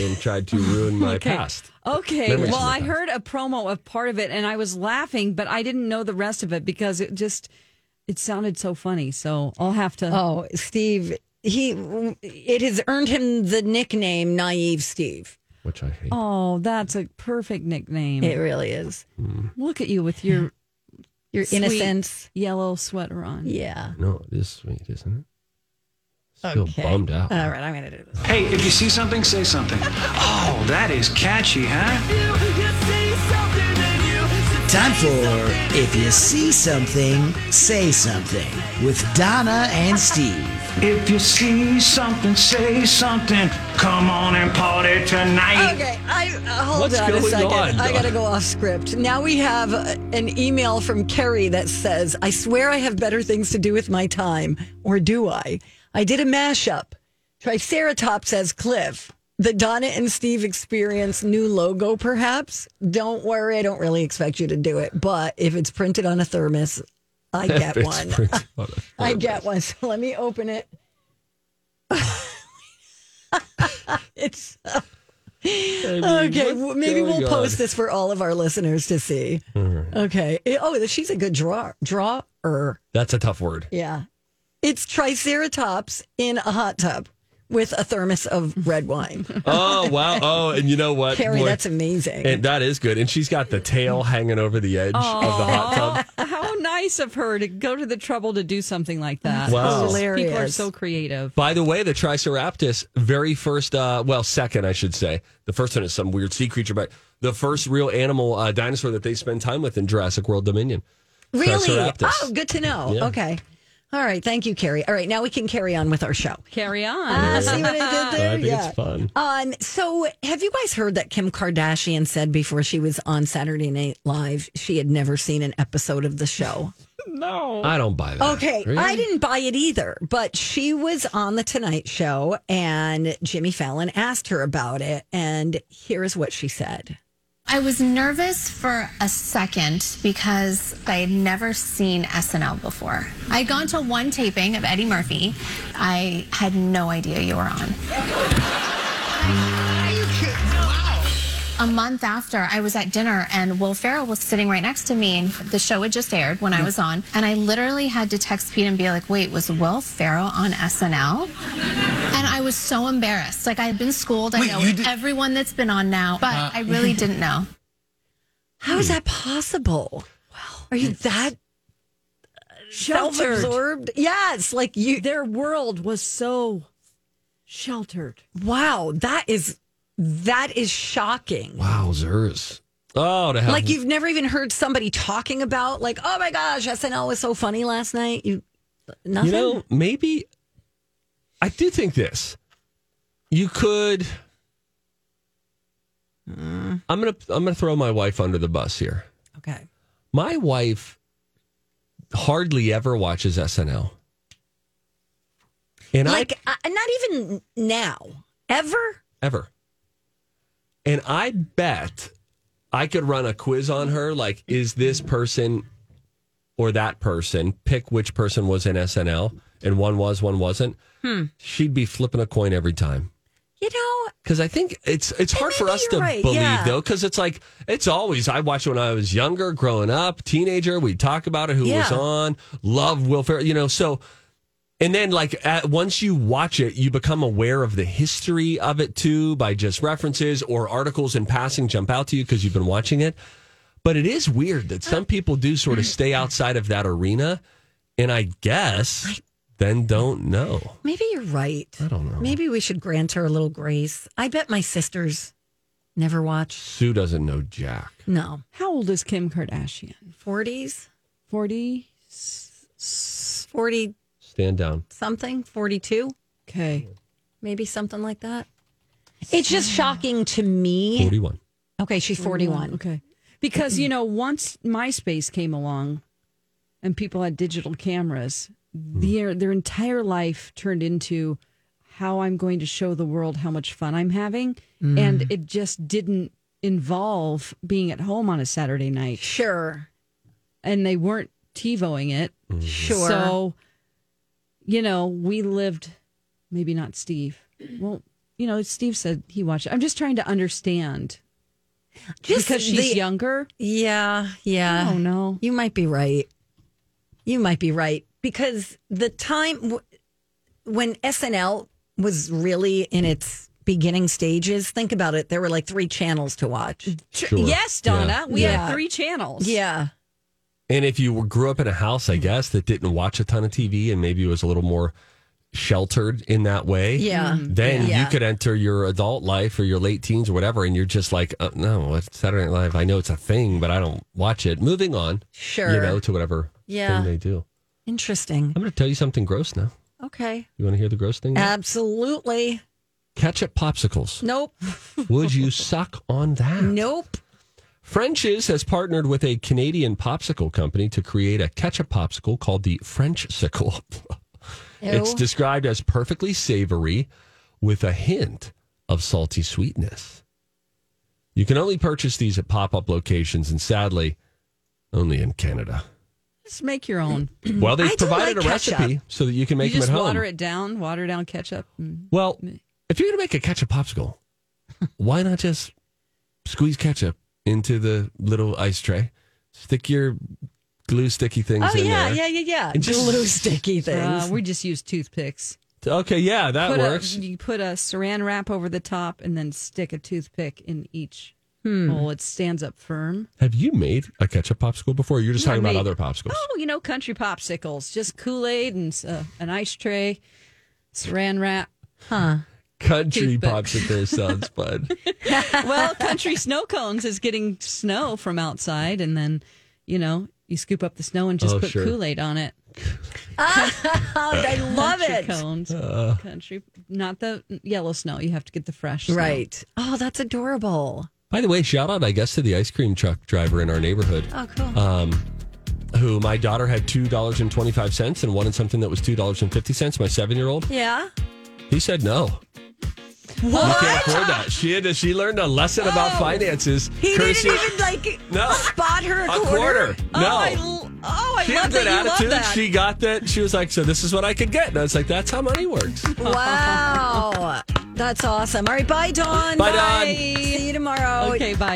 Speaker 2: and tried to ruin my
Speaker 3: Okay.
Speaker 2: past.
Speaker 3: Okay.
Speaker 2: Memories from
Speaker 3: well,
Speaker 2: the
Speaker 3: I
Speaker 2: past.
Speaker 3: heard a promo of part of it and I was laughing, but I didn't know the rest of it because it just it sounded so funny. So I'll have to.
Speaker 1: Oh, Steve, he it has earned him the nickname Naive Steve.
Speaker 2: which I hate.
Speaker 3: Oh, that's a perfect nickname.
Speaker 1: It really is.
Speaker 2: Hmm.
Speaker 3: Look at you with your
Speaker 1: Your
Speaker 3: sweet
Speaker 1: innocence.
Speaker 3: yellow sweater on.
Speaker 1: Yeah.
Speaker 2: No, it is sweet, isn't it? Still bummed out.
Speaker 1: All right, I'm going to do this.
Speaker 12: Hey, if you see something, say something. (laughs) Oh, that is catchy, huh?
Speaker 13: Time for If You See Something, Say Something with Donna and Steve.
Speaker 12: If you see something, say something. Come on and party tonight.
Speaker 1: Okay, I uh, hold
Speaker 12: What's
Speaker 1: on a
Speaker 12: going
Speaker 1: second.
Speaker 12: on,
Speaker 1: I gotta
Speaker 12: Dawn?
Speaker 1: go off script. Now we have uh, an email from Kerry that says, "I swear I have better things to do with my time, or do I? I did a mashup: Triceratops as Cliff, the Donna and Steve Experience new logo, perhaps. Don't worry, I don't really expect you to do it, but if it's printed on a thermos, I
Speaker 2: (laughs)
Speaker 1: get
Speaker 2: It's
Speaker 1: one.
Speaker 2: printed on a-
Speaker 1: I get one. So let me open it. (laughs) it's okay. w- Maybe we'll post this for all of our listeners to see.
Speaker 2: Mm-hmm.
Speaker 1: Okay. Eh, Oh, she's a good draw drawer.
Speaker 2: That's a tough word.
Speaker 1: Yeah, it's Triceratops in a hot tub with a thermos of red
Speaker 2: (laughs)
Speaker 1: wine.
Speaker 2: (laughs) Oh wow! Oh, and you know what?
Speaker 1: Carrie,
Speaker 2: boy?
Speaker 1: that's amazing. (laughs)
Speaker 2: and that is good. And she's got the tail hanging over the edge of the hot tub.
Speaker 3: How nice of her to go to the trouble to do something like that.
Speaker 2: Wow.
Speaker 3: It's just- People are
Speaker 1: Hilarious.
Speaker 3: so creative.
Speaker 2: By the way, the Triceratops, very first, uh, well, second, I should say. The first one is some weird sea creature, but the first real animal uh, dinosaur that they spend time with in Jurassic World Dominion.
Speaker 1: Really?
Speaker 2: Triceratops.
Speaker 1: Oh, good to know.
Speaker 2: Yeah.
Speaker 1: Okay. All right. Thank you, Carrie. All right. Now we can carry on with our show.
Speaker 3: Carry on.
Speaker 1: Ah, see what I did there?
Speaker 2: I think
Speaker 1: yeah.
Speaker 2: it's fun.
Speaker 1: Um, so, have you guys heard that Kim Kardashian said before she was on Saturday Night Live she had never seen an episode of the (laughs) show?
Speaker 3: No.
Speaker 2: I don't buy that.
Speaker 1: Oh. Okay,
Speaker 2: Really?
Speaker 1: I didn't buy it either, but she was on the Tonight Show and Jimmy Fallon asked her about it. And here is what she said.
Speaker 14: I was nervous for a second because I had never seen SNL before. I had gone to one taping of Eddie Murphy. I had no idea you were on. A month after, I was at dinner and Will Ferrell was sitting right next to me. And the show had just aired when I was on. And I literally had to text Pete and be like, wait, was Will Ferrell on SNL? And I was so embarrassed. Like, I had been schooled. I know everyone that's been on now, but I really didn't know.
Speaker 1: How is that possible? Are you that uh,
Speaker 3: Sheltered.
Speaker 1: self-absorbed? Yes, like you.
Speaker 3: Their world was so sheltered.
Speaker 1: Wow, that is that is shocking.
Speaker 2: Wowzers. Oh, to hell.
Speaker 1: Like you've never even heard somebody talking about like, oh my gosh, SNL was so funny last night. You nothing.
Speaker 2: You know, maybe I do think this. You could. I'm gonna I'm gonna throw my wife under the bus here.
Speaker 1: okay.
Speaker 2: My wife hardly ever watches SNL, and I
Speaker 1: like I, not even now, ever.
Speaker 2: ever. And I bet I could run a quiz on her like, is this person or that person? Pick which person was in SNL, and one was, one wasn't.
Speaker 1: Hmm.
Speaker 2: She'd be flipping a coin every time.
Speaker 1: You know,
Speaker 2: Because I think it's it's hard for us to
Speaker 1: you're right,
Speaker 2: believe
Speaker 1: yeah.
Speaker 2: though, because it's like it's always I watched when I was younger, growing up, teenager. We talk about it, who was
Speaker 1: Yeah.
Speaker 2: on, love Will Ferrell, you know. So, and then like at, once you watch it, you become aware of the history of it too by just references or articles in passing jump out to you because you've been watching it. But it is weird that some people do sort of stay outside of that arena, and I guess then don't know.
Speaker 1: maybe you're right.
Speaker 2: I don't know.
Speaker 1: Maybe we should grant her a little grace. I bet my sisters never watched.
Speaker 2: Sue doesn't know Jack.
Speaker 1: No,
Speaker 3: How old is Kim Kardashian?
Speaker 1: forties,
Speaker 3: 40
Speaker 1: forty
Speaker 2: Stand down.
Speaker 1: something, forty-two,
Speaker 3: Okay.
Speaker 1: maybe something like that. It's just shocking to me.
Speaker 2: Forty one.
Speaker 1: Okay, she's forty-one.
Speaker 3: Okay. Because, you know, once MySpace came along and people had digital cameras, their their entire life turned into how I'm going to show the world how much fun I'm having. And it just didn't involve being at home on a Saturday night.
Speaker 1: Sure,
Speaker 3: And they weren't TiVoing it.
Speaker 2: Mm-hmm.
Speaker 1: sure.
Speaker 3: So, you know, we lived, maybe not Steve. Well, you know, Steve said he watched it. I'm just trying to understand.
Speaker 1: Just
Speaker 3: because she's
Speaker 1: the-
Speaker 3: younger?
Speaker 1: Yeah, yeah.
Speaker 3: Oh, no.
Speaker 1: You might be right. You might be right because the time w- when SNL was really in its beginning stages, think about it, there were like three channels to watch.
Speaker 2: Sure.
Speaker 3: Yes, Donna.
Speaker 2: Yeah.
Speaker 3: We
Speaker 1: Yeah.
Speaker 3: had three channels.
Speaker 1: Yeah.
Speaker 2: And if you were- grew up in a house,
Speaker 1: Mm-hmm.
Speaker 2: I guess, that didn't watch a ton of TV and maybe was a little more sheltered in that way,
Speaker 1: Yeah.
Speaker 2: then
Speaker 1: Yeah.
Speaker 2: you could enter your adult life or your late teens or whatever, and you're just like, uh, no, it's Saturday Night Live. I know it's a thing, but I don't watch it. Moving on,
Speaker 1: Sure.
Speaker 2: you know, to whatever
Speaker 1: Yeah.
Speaker 2: thing they do.
Speaker 1: Interesting.
Speaker 2: I'm going to tell you something gross now.
Speaker 1: Okay.
Speaker 2: You want to hear the gross thing?
Speaker 1: Uh, Absolutely. (laughs)
Speaker 2: Ketchup popsicles.
Speaker 3: (laughs)
Speaker 1: Nope.
Speaker 2: Would you suck on that?
Speaker 1: nope.
Speaker 2: French's has partnered with a Canadian popsicle company to create a ketchup popsicle called the French sickle. (laughs) It's
Speaker 1: Ew.
Speaker 2: described as perfectly savory with a hint of salty sweetness. You can only purchase these at pop up locations and sadly, only in Canada.
Speaker 3: Just make
Speaker 2: (clears throat)
Speaker 3: your own.
Speaker 2: Well,
Speaker 1: I
Speaker 2: they've
Speaker 1: don't
Speaker 2: provided
Speaker 1: like
Speaker 2: a
Speaker 1: ketchup.
Speaker 2: recipe so that you can make them
Speaker 3: you just
Speaker 2: at home.
Speaker 3: water it down, water down ketchup. and-
Speaker 2: Well, if you're going to make a
Speaker 1: (laughs)
Speaker 2: ketchup popsicle, why not just squeeze ketchup into the little ice tray? Stick your glue sticky things
Speaker 1: Oh
Speaker 2: in
Speaker 1: yeah,
Speaker 2: there.
Speaker 1: yeah, yeah, yeah.
Speaker 2: And just- (laughs)
Speaker 1: Glue sticky things.
Speaker 3: Uh, we just use toothpicks.
Speaker 2: Okay, yeah, that
Speaker 3: put
Speaker 2: works.
Speaker 3: A, you put a saran wrap over the top and then stick a toothpick in each
Speaker 1: Well, it stands up firm.
Speaker 2: Have you made a ketchup popsicle before? You're just
Speaker 1: Yeah, I
Speaker 2: talking about
Speaker 1: made-
Speaker 2: other popsicles.
Speaker 1: Oh, you know, country popsicles, just Kool Aid and uh, an ice tray, saran wrap, huh?
Speaker 2: Country
Speaker 1: Toothpick.
Speaker 2: popsicle sounds
Speaker 1: (laughs)
Speaker 2: fun.
Speaker 1: well, country snow cones is getting snow from outside, and then you know you scoop up the snow and just
Speaker 2: Oh,
Speaker 1: put
Speaker 2: sure.
Speaker 1: Kool Aid on it.
Speaker 15: Ah, (laughs) I love
Speaker 1: country
Speaker 15: it.
Speaker 1: Cones,
Speaker 2: Uh.
Speaker 1: country, not the yellow snow. You have to get the fresh, snow.
Speaker 15: Right. Oh, that's adorable.
Speaker 2: By the way, shout out, I guess, to the ice cream truck driver in our neighborhood.
Speaker 15: Oh, cool.
Speaker 2: Um, who my daughter had two dollars and twenty five cents and wanted something that was two dollars and fifty cents. My seven year old,
Speaker 15: Yeah.
Speaker 2: he said no. You can't afford that. She had to, she learned a lesson about finances.
Speaker 15: Oh. He
Speaker 2: courtesy-
Speaker 15: didn't even like
Speaker 2: No.
Speaker 15: spot her a,
Speaker 2: A
Speaker 15: quarter.
Speaker 2: quarter. No.
Speaker 15: Oh, I, l- oh, I
Speaker 2: she had
Speaker 15: love
Speaker 2: a good
Speaker 15: that. You
Speaker 2: attitude.
Speaker 15: love that.
Speaker 2: She got that. She was like, "So this is what I could get," and I was like, "That's how money works."
Speaker 15: Wow. That's awesome. All right. Bye, Dawn.
Speaker 2: Bye, Dawn.
Speaker 15: See you tomorrow.
Speaker 1: Okay, bye.